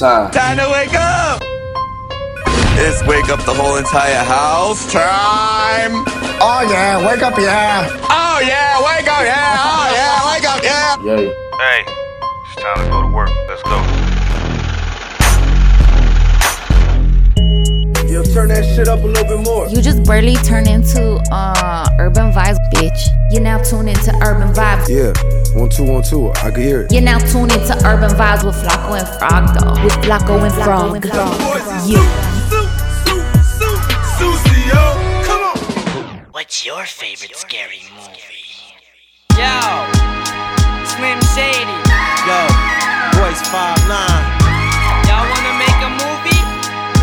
time. Time to wake up! It's wake up the whole entire house time! Oh yeah, wake up, yeah. Oh yeah, wake up, yeah! Oh yeah, wake up, yeah! Yay. Hey, it's time to go to work. Let's go. Yo, turn that shit up a little bit more. You just barely turn into uh Urban Vibes, bitch. You're now tuned into Urban Vibes. Yeah, one two one two. I can hear it. You're now tuned into Urban Vibes with Flacco and Frog, though. With Flacco and Frog. You. What's your favorite scary movie? Yo, Slim Shady, Yo, boys five nine. y'all wanna make a movie?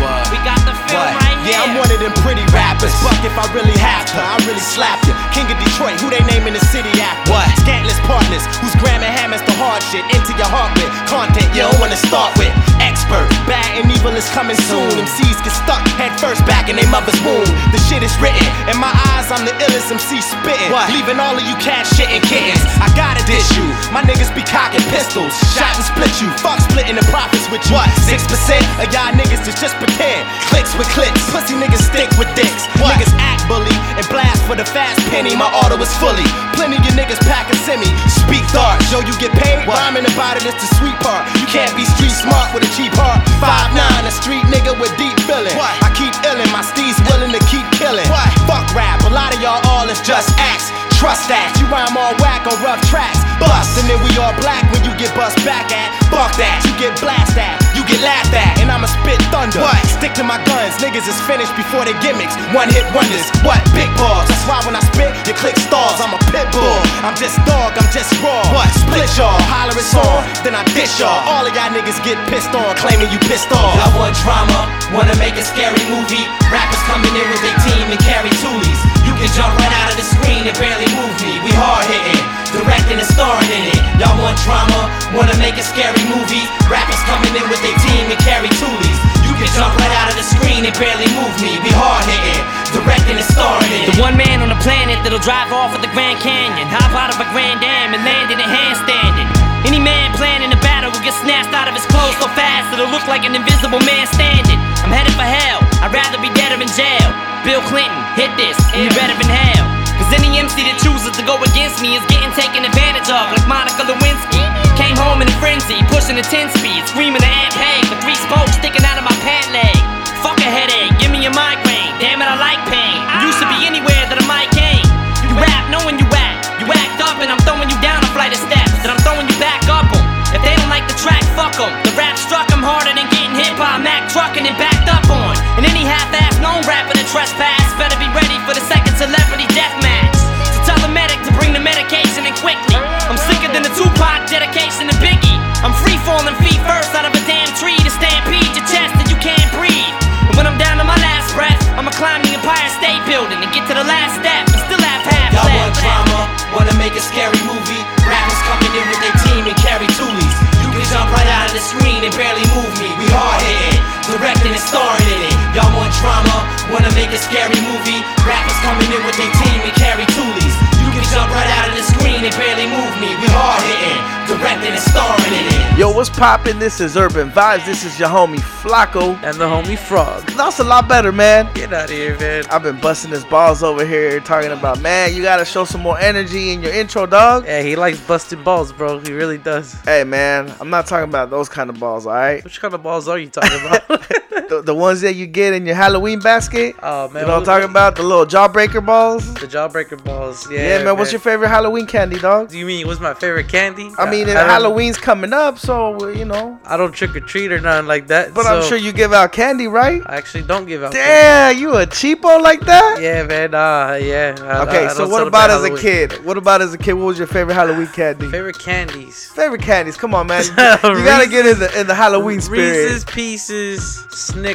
What? We got the film What? right yeah, I'm here. one of them pretty rappers. Fuck if I really have to, I really slap you. King of Detroit, who they naming the city after? What? Scantless partners, who's gramming hammers the hard shit into your heart with content you don't wanna start with. Expert, bad and evil is coming soon. MCs get stuck head first back in their mother's womb. The shit is written in my eyes. I'm the illest MC spitting, What? leaving all of you cat shit and kittens. I gotta dish you. My niggas be cocking pistols, shot and split you. Fuck splitting the profits with you. What? Six percent of y'all niggas is just pretend. Clicks with clicks, pussy niggas stick with dicks. Niggas act bully and blast for the fast penny. My auto is fully. Plenty of niggas pack a semi. Speak dark, yo, you get paid. Rhyming about it is the sweet part. You can't be street smart with a cheap heart. Five nine, a street nigga with deep feeling. I keep illin', my steeds willing to keep killing. Fuck rap, a lot of y'all all is just acts. Trust that, you rhyme all whack on rough tracks. Bust, and then we all black when you get bust back at. Fuck that, you get blast at, you get laughed at, and I'ma spit thunder. Stick to my guns, niggas is finished before the gimmicks. One hit wonders, what? Big balls. That's why when I spit, you click stars. I'm a pit bull, I'm just dog, I'm just raw. What? Split y'all, holler it's on, then I dish y'all. All of y'all niggas get pissed on, claiming you pissed off. I want drama, wanna make a scary movie. Rappers coming in with their team and carry toolies. You can jump right out of the screen and barely move me. We hard hitting, directing and starring in it. Y'all want drama, wanna make a scary movie. Rappers coming in with their team and carry toolies. You can jump right out of the screen and barely move me. We hard hitting, directing and starring in it. The one man on the planet that'll drive off at the Grand Canyon, hop out of a Grand Dam and land in a handstanding. Any man planning a battle will get snatched out of his clothes so fast it'll look like an invisible man standing. I'm headed for hell, I'd rather be dead or in jail. Bill Clinton, hit this, and you're better than hell. Cause any MC that chooses to go against me is getting taken advantage of, like Monica Lewinsky. Came home in a frenzy, pushing a 10 speed, screaming to Aunt Peg with three spokes sticking out of my pant leg. Fuck a headache, give me a migraine. Damn it, I like pain. You should be anywhere that a mic ain't. You rap knowing you act. You act up and I'm throwing you down a flight of steps. And I'm throwing you back up 'em. If they don't like the track, fuck 'em. The rap struck 'em harder than getting hit by a Mack truck and then backed up on. And any half-ass known rapper that trespass better be ready for the second celebrity death match. So tell the medic to bring the medication in quickly. I'm sicker than the Tupac dedication to Biggie. I'm free falling feet first out of a damn tree to stampede your chest that you can't breathe. And when I'm down to my last breath, I'ma climb the Empire State Building and get to the last step and still have half Y'all want left. drama, wanna make a scary movie. Rappers coming in with their team and carry toolies. You can jump right out of the screen and barely move me. We hard hitting, directing and starring in it. Y'all want drama, wanna make a scary movie. Rappers coming in with their team and carry toolies. You can jump right out of the screen and barely move me. We hard hitting, directing and starring in it. Yo, what's poppin'? This is Urban Vibes. This is your homie Flacco. And the homie Frog. That's a lot better, man. Get out of here, man. I've been busting his balls over here talking about, man, you gotta show some more energy in your intro, dog. Yeah, he likes busting balls, bro. He really does. Hey, man, I'm not talking about those kind of balls, all right? Which kind of balls are you talking about? The, the ones that you get in your Halloween basket. oh man, you know what I'm what- talking about? The little jawbreaker balls. The jawbreaker balls. Yeah, Yeah, man, what's your favorite Halloween candy, dog? Do you mean what's my favorite candy? I mean, and don't- Halloween's coming up, so, you know. I don't trick or treat or nothing like that. But I'm so sure you give out candy, right? I actually don't give out. Damn, you a cheapo like that? candy. Yeah, man. Uh, yeah. I- Okay, I- I so don't what celebrate about as a Halloween. kid? What about as a kid? What was your favorite Halloween candy? Favorite, Favorite candies. candies? Come on, man. You gotta get in the in the Halloween spirit. Reese's Pieces,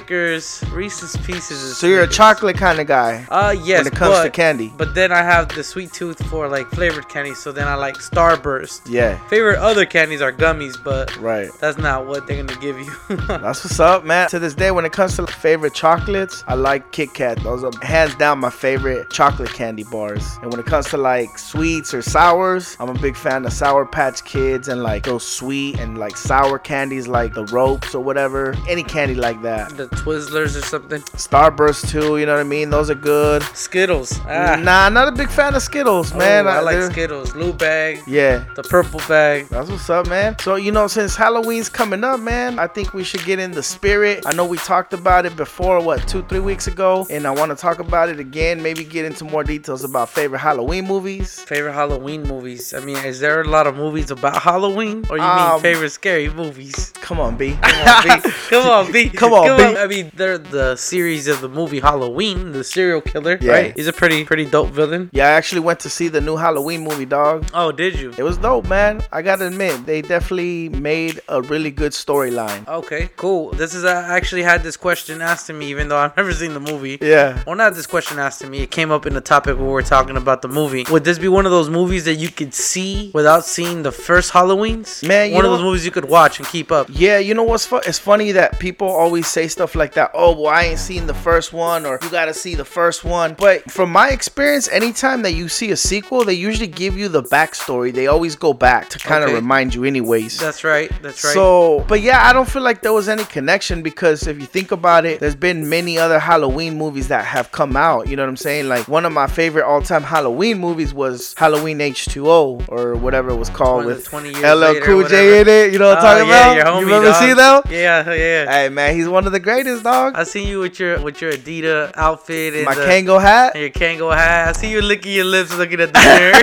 Snickers, Reese's Pieces. and So you're a Snickers. chocolate kind of guy. Uh, yes. When it comes but, to candy. But then I have the sweet tooth for like flavored candy, so then I like Starburst. Yeah. Favorite other candies are gummies, but Right. that's not what they're gonna give you. That's what's up, man. To this day, when it comes to favorite chocolates, I like Kit Kat. Those are hands down my favorite chocolate candy bars. And when it comes to like sweets or sours, I'm a big fan of Sour Patch Kids and like those sweet and like sour candies like the ropes or whatever. Any candy like that. the Twizzlers or something. Starburst too, you know what I mean? Those are good. Skittles. Ah. Nah, not a big fan of Skittles, Oh, man. I, like they're- Skittles. Blue bag. Yeah. The purple bag. That's what's up, man. So, you know, since Halloween's coming up, man, I think we should get in the spirit. I know we talked about it before, what, two, three weeks ago, and I want to talk about it again. Maybe get into more details about favorite Halloween movies. Favorite Halloween movies. I mean, is there a lot of movies about Halloween, or you mean Um, favorite scary movies? Come on, B. Come on, B. Come on, B. Come on, B. I mean, they're the series of the movie Halloween, the serial killer, Yeah. right? He's a pretty, pretty dope villain. Yeah, I actually went to see the new Halloween movie, dog. Oh, did you? It was dope, man. I gotta admit, they definitely made a really good storyline. Okay, cool. This is I actually had this question asked to me, even though I've never seen the movie. Yeah. Well, not this question asked to me. It came up in the topic where we were talking about the movie. Would this be one of those movies that you could see without seeing the first Halloweens? Man, you one of know- those movies you could watch and keep up. Yeah, you know what's fun? It's funny that people always say stuff like that. Oh, well, I ain't seen the first one, or you gotta see the first one. But from my experience, anytime that you see a sequel, they usually give you the backstory. They always go back to kind of Okay. remind you, anyways. That's right. That's right. So, but yeah, I don't feel like there was any connection because if you think about it, there's been many other Halloween movies that have come out. You know what I'm saying? Like one of my favorite all-time Halloween movies was Halloween H2O or whatever it was called One of the with 20 years LL later, Cool whatever. J in it. You know what I'm Oh, talking yeah, about? Your homie, you remember dog. see that? Yeah, yeah. Hey man, he's one of the greatest, dog. I seen you with your with your Adidas outfit and My the- Kango hat. and your Kango hat. I see you licking your lips, looking at the mirror.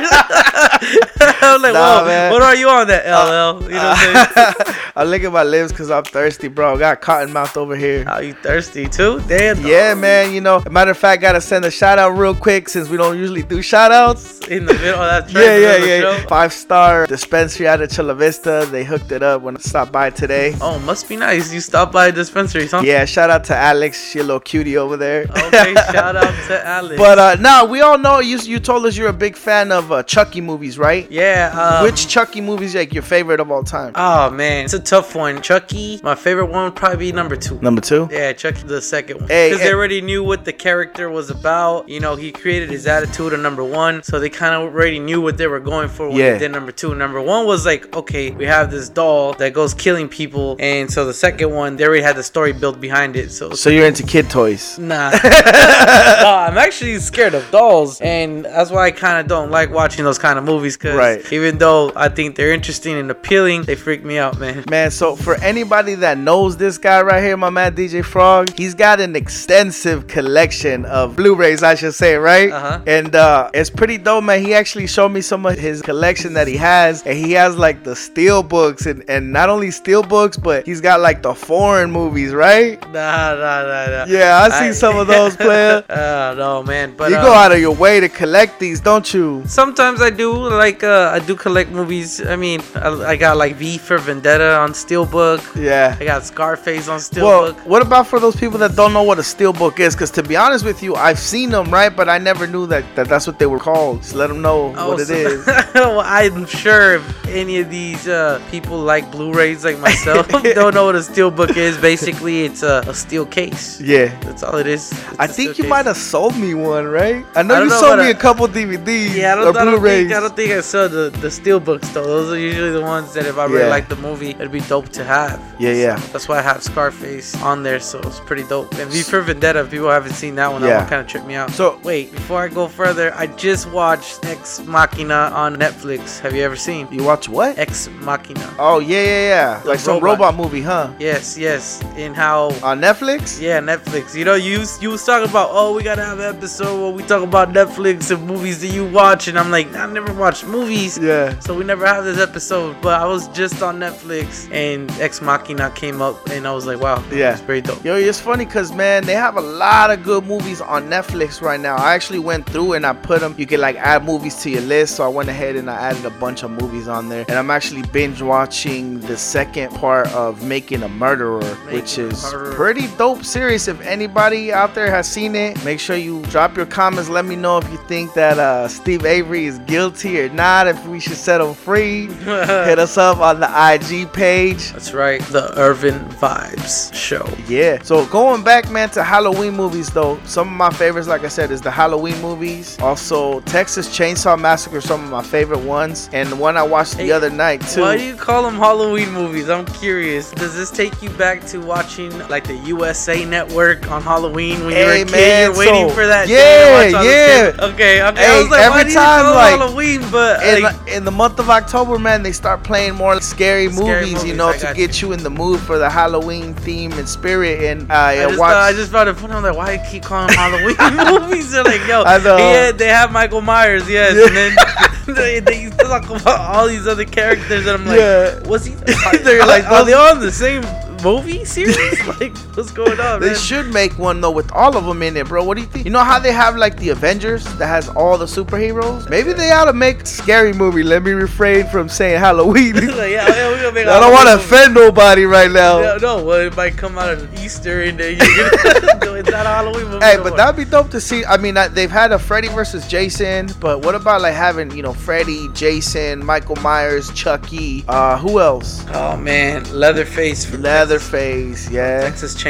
I'm like, Nah, whoa, man. Uh, what are you on that LL? you know what I'm saying? I lick at my lips because I'm thirsty, bro. I got cotton mouth over here. Are you thirsty too? Damn. Yeah, man. You know, matter of fact, gotta send a shout out real quick since we don't usually do shout outs. In the middle of that Yeah, track, yeah, the yeah. show. Five star dispensary out of Chula Vista. They hooked it up when I stopped by today. Oh, must be nice. You stopped by a dispensary, huh? Yeah, shout out to Alex. She a little cutie over there. Okay, shout out to Alex. But uh no, we all know you you told us you're a big fan of uh, Chucky movies, right? yeah, um, Which Chucky movies like your favorite of all time? Oh man, it's a tough one. Chucky, my favorite one would probably be number two. Number two. Yeah, Chucky the second one. Hey, Because hey. they already knew what the character was about. You know, he created his attitude in number one. So they kind of already knew what they were going for when Yeah. they did number two. Number one was like, okay, we have this doll that goes killing people. And so the second one, they already had the story built behind it. So, So you're into kid toys. Nah. No, I'm actually scared of dolls, and that's why I kind of don't like watching those kind of movies. Cause Right. even though I think they're interesting and appealing, they freak me out, man. Man, so for anybody that knows this guy right here, my man DJ Frog, he's got an extensive collection of Blu-rays, I should say, right? Uh-huh. And uh, it's pretty dope, man. He actually showed me some of his collection that he has, and he has like the steel books, and and not only steel books, but he's got like the foreign movies, right? Nah, nah, nah, nah. Yeah, I seen some of those, player. oh no, man. But you uh, go out of your way to collect these, don't you? Sometimes I do like uh, I do collect movies. I mean, I, I got like V for Vendetta on Steelbook. Yeah. I got Scarface on Well, Steelbook. what about for those people that don't know what a steelbook is? Because to be honest with you, I've seen them, right? But I never knew that, that that's what they were called. Just let them know what it Oh, so- is. well, I'm sure if any of these uh, people like Blu-rays like myself don't know what a steel book is. Basically, it's a, a steel case. yeah. That's all it is. It's I a steel think you case. might have sold me one, right? I know I don't you know, sold but me I- a couple DVDs Yeah, I or don't, I don't Blu-rays. think I don't think I saw the the steel books though. Those are usually the ones that if I really Yeah. like the movie, it'd be dope to have. Yeah, yeah. So that's why I have Scarface on there, so it's pretty dope. And V for Vendetta, if people haven't seen that one, that Yeah. one kind of tripped me out. So- wait, before I go further, I just watched Ex Machina on Netflix. Have you ever seen? you watch what? Ex Machina. Oh yeah, yeah, yeah. The Like some robot. robot movie, huh? Yes, yes. In how On Netflix? yeah, Netflix. You know, you was- you was talking about oh we gotta have an episode where we talk about Netflix and movies that you watch, and I'm like I never watched movies. Yeah. So we never have this episode, but I was just on Netflix and Ex Machina came up, and I was like, wow, Yeah. it's pretty dope. Yo, it's funny because man, they have a lot of good movies on Netflix right now. I actually went through and I put them. You can like add movies to your list. So I went ahead and I added a bunch of movies on there. And I'm actually binge watching the second part of Making a Murderer, which Making a is Murderer. pretty dope series. If anybody out there has seen it, make sure you drop your comments. Let me know if you think that uh, Steve Avery is guilty or not, if we should set him free. Hit us up on the IG page. That's right. The Irvin Vibes Show. Yeah. So going back, man, to Halloween movies though. Some of my favorites, like I said, is the Halloween movies. Also, Texas Chainsaw Massacre, some of my favorite ones, and the one I watched the Hey, other night too. Why do you call them Halloween movies? I'm curious. Does this take you back to watching like the USA Network on Halloween when you were a Hey, kid? man, You're waiting so- for that. yeah, day to watch all yeah. this shit? Okay, okay. I Hey, was like, every why do you time, call it like, Halloween? But in, like, in the month of October, man, they start playing more scary, Scary movies, you movies, know, I to got get you. in the mood for the Halloween theme and spirit. And I, I uh, just, watched. thought, I just found it funny. I'm like, why do you keep calling them Halloween movies? They're like, yo, I know. yeah, they have Michael Myers, yes, and then they, they talk about all these other characters, and I'm like, Yeah. was he? They're They're like, like, are they all in the same movie series? like, what's going on? They man? should make one though with all of them in it, bro. What do you think? You know how they have like the Avengers that has all the superheroes? Maybe they ought to make scary movie. Let me refrain from saying Halloween. I like, yeah, yeah, we gonna make a don't want to Halloween offend nobody right now. movie. Yeah, no, well, it might come out on Easter, and then you're gonna, no, it's not a Halloween movie. Hey, no but more. that'd be dope to see. I mean, I, they've had a Freddy versus Jason, but what about like having you know Freddy, Jason, Michael Myers, Chucky, uh, who else? Oh man, Leatherface from Leatherface, yeah. Texas Chainsaw.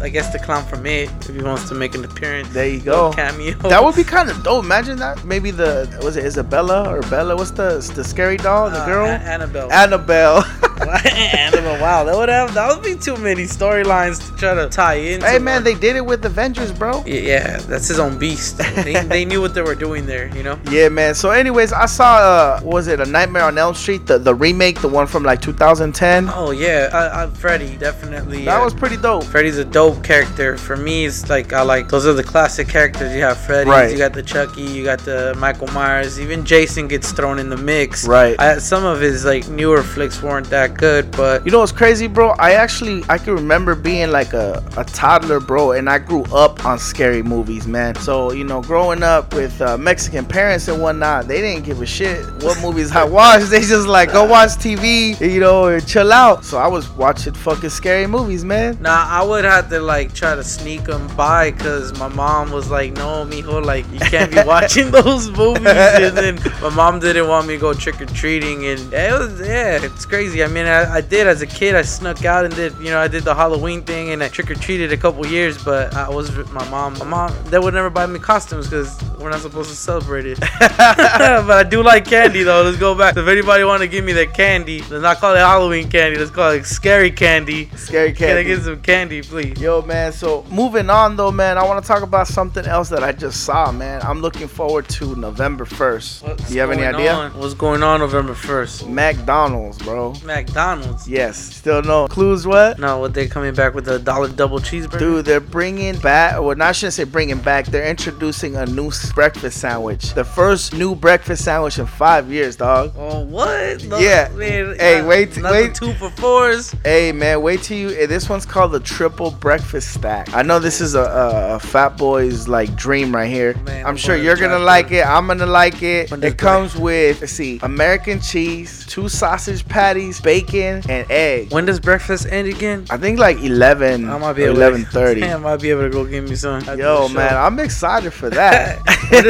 I guess the clown from it, if he wants to make an appearance. There you little go. Cameo. That would be kind of dope. Imagine that. Maybe the was it Isabella or Bella? What's the the scary doll? The Uh, girl? An- Annabelle. Annabelle. Annabelle. Wow, that would have that would be too many storylines to try to tie in. hey man, they did it with Avengers, bro. yeah, that's his own beast. They, they knew what they were doing there, you know. Yeah, man. So, anyways, I saw uh, what was it a Nightmare on Elm Street, the the remake, the one from like 2010. Oh yeah, I, I, Freddy definitely. That uh, was pretty dope. Freddy's a dope character. For me, it's like I like those are the classic characters. You have Freddy, Right. you got the Chucky, you got the Michael Myers. Even Jason gets thrown in the mix. Right. I, some of his like newer flicks weren't that good, but You know what's crazy, bro? I actually I can remember being like a, a toddler, bro, and I grew up on scary movies, man. So you know, growing up with uh, Mexican parents and whatnot, they didn't give a shit what movies I watched. They just like go watch TV, you know, and chill out. So I was watching fucking scary movies, man. Nah, I would have to like try to sneak them by because my mom was like, "No, mijo, like you can't be watching those movies." And then my mom didn't want me to go trick or treating, and it was yeah, it's crazy. I mean, I, I did as a kid. I snuck out and did you know I did the Halloween thing and I trick or treated a couple years, but I was with my mom. My mom they would never buy me costumes because we're not supposed to celebrate it. but I do like candy though. Let's go back. So if anybody want to give me that candy, let's not call it Halloween candy. Let's call it scary candy. Scary Can I candy. get some candy, please? Yo, man. So moving on though, man. I want to talk about something else that I just saw, man. I'm looking forward to November 1st. Do you have any going idea? on? What's going on November 1st? McDonald's, bro. McDonald's. Yes. Still no clues. What? No, what they coming back with a dollar double cheeseburger? Dude, they're bringing back, well, not shouldn't say bringing back. They're introducing a new s- breakfast sandwich. The first new breakfast sandwich in five years, dog. Oh, what? No, Yeah. man, Hey, not- wait, not wait. the two for fours. Hey, man, wait till you. eh, This one's called the triple breakfast stack. I know this is a, a, a fat boy's like dream right here. Man, I'm I'm sure going you're to gonna drive-thru. like it. I'm gonna like it. When does It comes with, let's see, American cheese, two sausage patties, bacon, and egg. When does breakfast end again? I think like 11, I might be able. eleven To, thirty. I might be able to go get me some. after Yo, the show. man, I'm excited for that.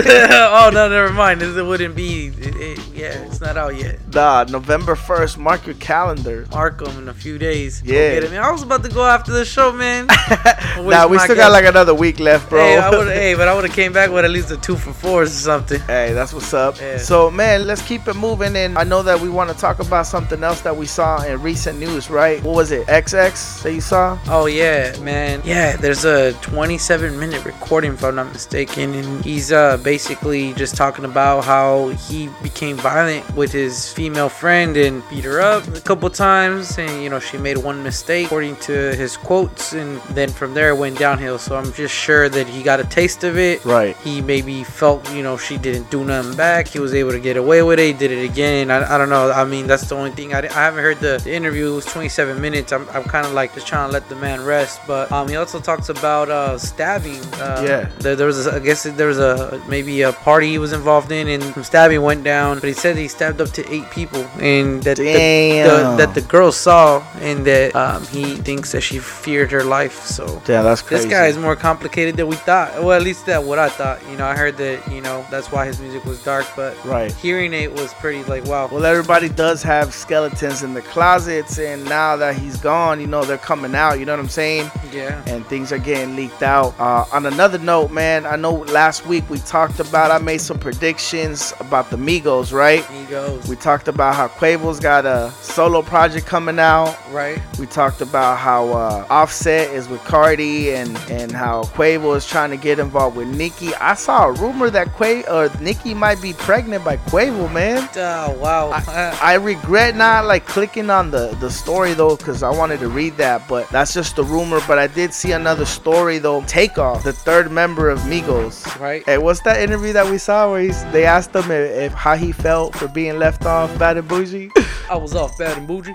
oh no, never mind. This- It wouldn't be. It, it- yeah, it's not out yet. Nah, November 1st, mark your calendar. Mark 'em in a few days. Go Yeah. get 'em. I was about to go after the show, man. nah, we my still guess. got like another week left, bro. Hey, I would, hey, but I would have came back with at least a two for fours or something. Hey, that's what's up. Yeah. So, man, let's keep it moving. And I know that we want to talk about something else that we saw in recent news, right? What was it? XX that you saw? Oh yeah, man. Yeah, there's a 27 minute recording if I'm not mistaken, and he's uh basically just talking about how he became violent with his female friend and beat her up a couple times, and you know she made one mistake according to his quotes, and then from there it went downhill. So I'm just sure that he got a taste of it. Right. He maybe felt you know she didn't do nothing back. He was able to get away with it. He did it again. I, I don't know. I mean that's the only thing I, I haven't heard read the, the interview. It was 27 minutes. I'm, I'm kind of like just trying to let the man rest. But um, he also talks about uh, stabbing. Uh, Yeah. There, there was, a, I guess, there was a maybe a party he was involved in, and some stabbing went down. But he said he stabbed up to eight people, and that the, the, Damn. that the girl saw, and that um, he thinks that she feared her life. So Yeah, that's crazy. this guy is more complicated than we thought. Well, at least that what I thought. You know, I heard that. You know, that's why his music was dark. But Right. hearing it was pretty like wow. Well, everybody does have skeletons in the closets, and now that he's gone, you know, they're coming out, you know what I'm saying? yeah. And things are getting leaked out. Uh, on another note, man, I know last week we talked about, I made some predictions about the Migos, right? He goes We talked about how Quavo's got a solo project coming out. right. We talked about how uh, Offset is with Cardi and, and how Quavo is trying to get involved with Nicki. I saw a rumor that Quavo, or Nicki might be pregnant by Quavo, man. Oh wow. I regret not like clicking on the the story though because I wanted to read that, but that's just the rumor. But I did see another story though. Takeoff, the third member of Migos. Right. Hey, what's that interview that we saw where he's, they asked him if, if how he felt for being left off Bad and Bougie? I was off bad and bougie.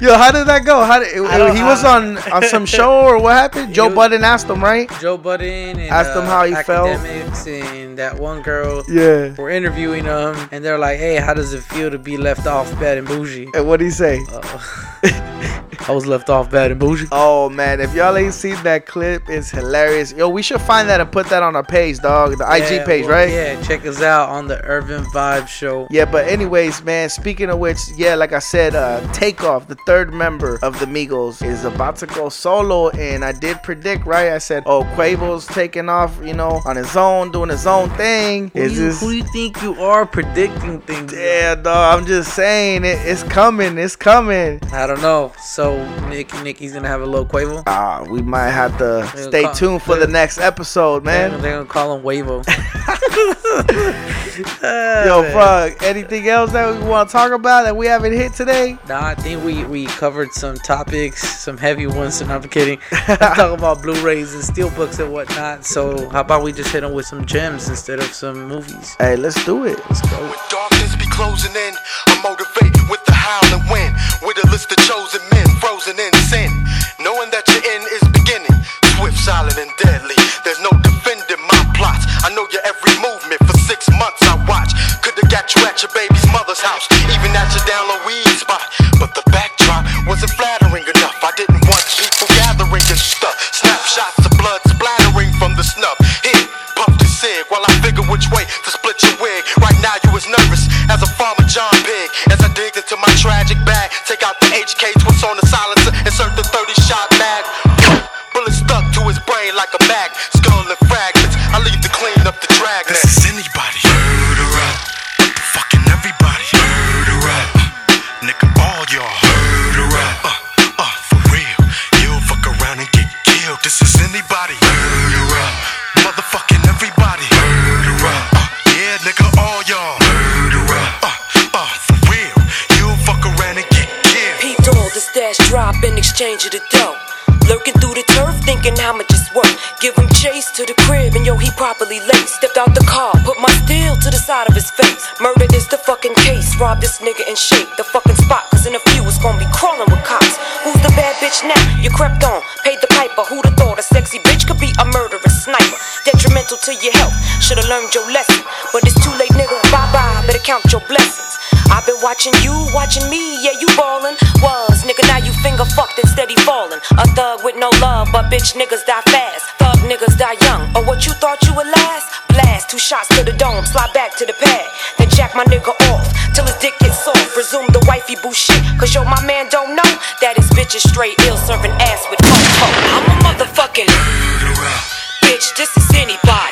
Yo, how did that go? How did, don't- he was I- on on some show or what happened? Joe was- Budden asked him, right? Joe Budden and uh, Asked him how he felt. academics and that one girl Yeah. were interviewing him, and they're like, "Hey, how does it feel to be left off bad and bougie?" And what did he say? I was left off bad and bougie. Oh man, if y'all ain't seen that clip, it's hilarious. Yo, we should find that and put that on our page, dog. The Yeah, IG page, well, right? Yeah, check us out on the Urban Vibe Show. Yeah, but anyways, man. Speaking of which, yeah, like I said, uh, Takeoff, the third member of the Migos, is about to go solo, and I did predict, right? I said, oh, Quavo's taking off, you know, on his own, doing his own thing. Who, Is you, this? who you think you are predicting things? yeah, dog. I'm just saying, it, it's coming, it's coming. I don't know. So Nick, Nicky's gonna have a little Quavo. Ah, we might have to They'll stay call- tuned for the next episode, They're, man. they're gonna call him Wavo. Ah, Yo, fuck. Anything else that we want to talk about that we haven't hit today? Nah, I think we, we covered some topics, some heavy ones. So no, I'm kidding. Let's talk about Blu-rays and steelbooks and whatnot. So how about we just hit them with some gems instead of some movies? Hey, let's do it. Let's go. Darkness be closing in. I'm motivated with the howl and wind. With a list of chosen men, frozen in sin. Knowing that your end is beginning. Swift, silent, and deadly. There's no defending my plots. I know your every movement. For six months I watch. Could've got you at your baby's mother's house. Even at your down low weed spot. But the backdrop wasn't flattering enough. I didn't want people gathering and stuff. Snapshots of blood splattering from the snuff. Here, puff the cig while I figure which way to split your wig. Right now you as nervous as a farmer John Pig. As I dig into my tragic bag, take out the HK, twist on the silencer, insert the 30 shot mag. Bullet stuck to his brain like a mag, skull and fragments. I leave to clean up the dragnet. This is anybody. Murderer. Fucking everybody. Murderer. Nigga, all y'all. Murderer. Uh, uh, for real. You'll fuck around and get killed. This is anybody. Murderer. Motherfucking everybody. Murderer. Uh, yeah, nigga, all y'all. Murderer. Uh, uh, for real. You'll fuck around and get killed. Pete all the stash drop in exchange of the dough. Lurking through the turf, thinking how much it's worth. Give him chase to the crib, and yo, he properly late. Stepped out the car, put my steel to the side of his face. Murder is the fucking case. Rob this nigga and shake the fucking spot, cause in a few it's gonna be crawling with cops. Who's the bad bitch now? You crept on, paid the piper. Who'd have thought a sexy bitch could be a murderous sniper? Detrimental to your health, should've learned your lesson. But it's too late, nigga. Bye bye, better count your blessings. I've been watching you, watching me, yeah, you ballin'. Was, nigga, now you finger fucked and steady fallin'. A thug with no love, but bitch niggas die fast. Thug niggas die young, or what you thought you would last? Blast, two shots to the dome, slide back to the pad. Then jack my nigga off, till his dick gets soft. Resume the wifey boo shit, cause yo, my man don't know that his bitch is straight ill, serving ass with fofo. I'm a motherfucking bitch, this is anybody. Uh, uh, Uh,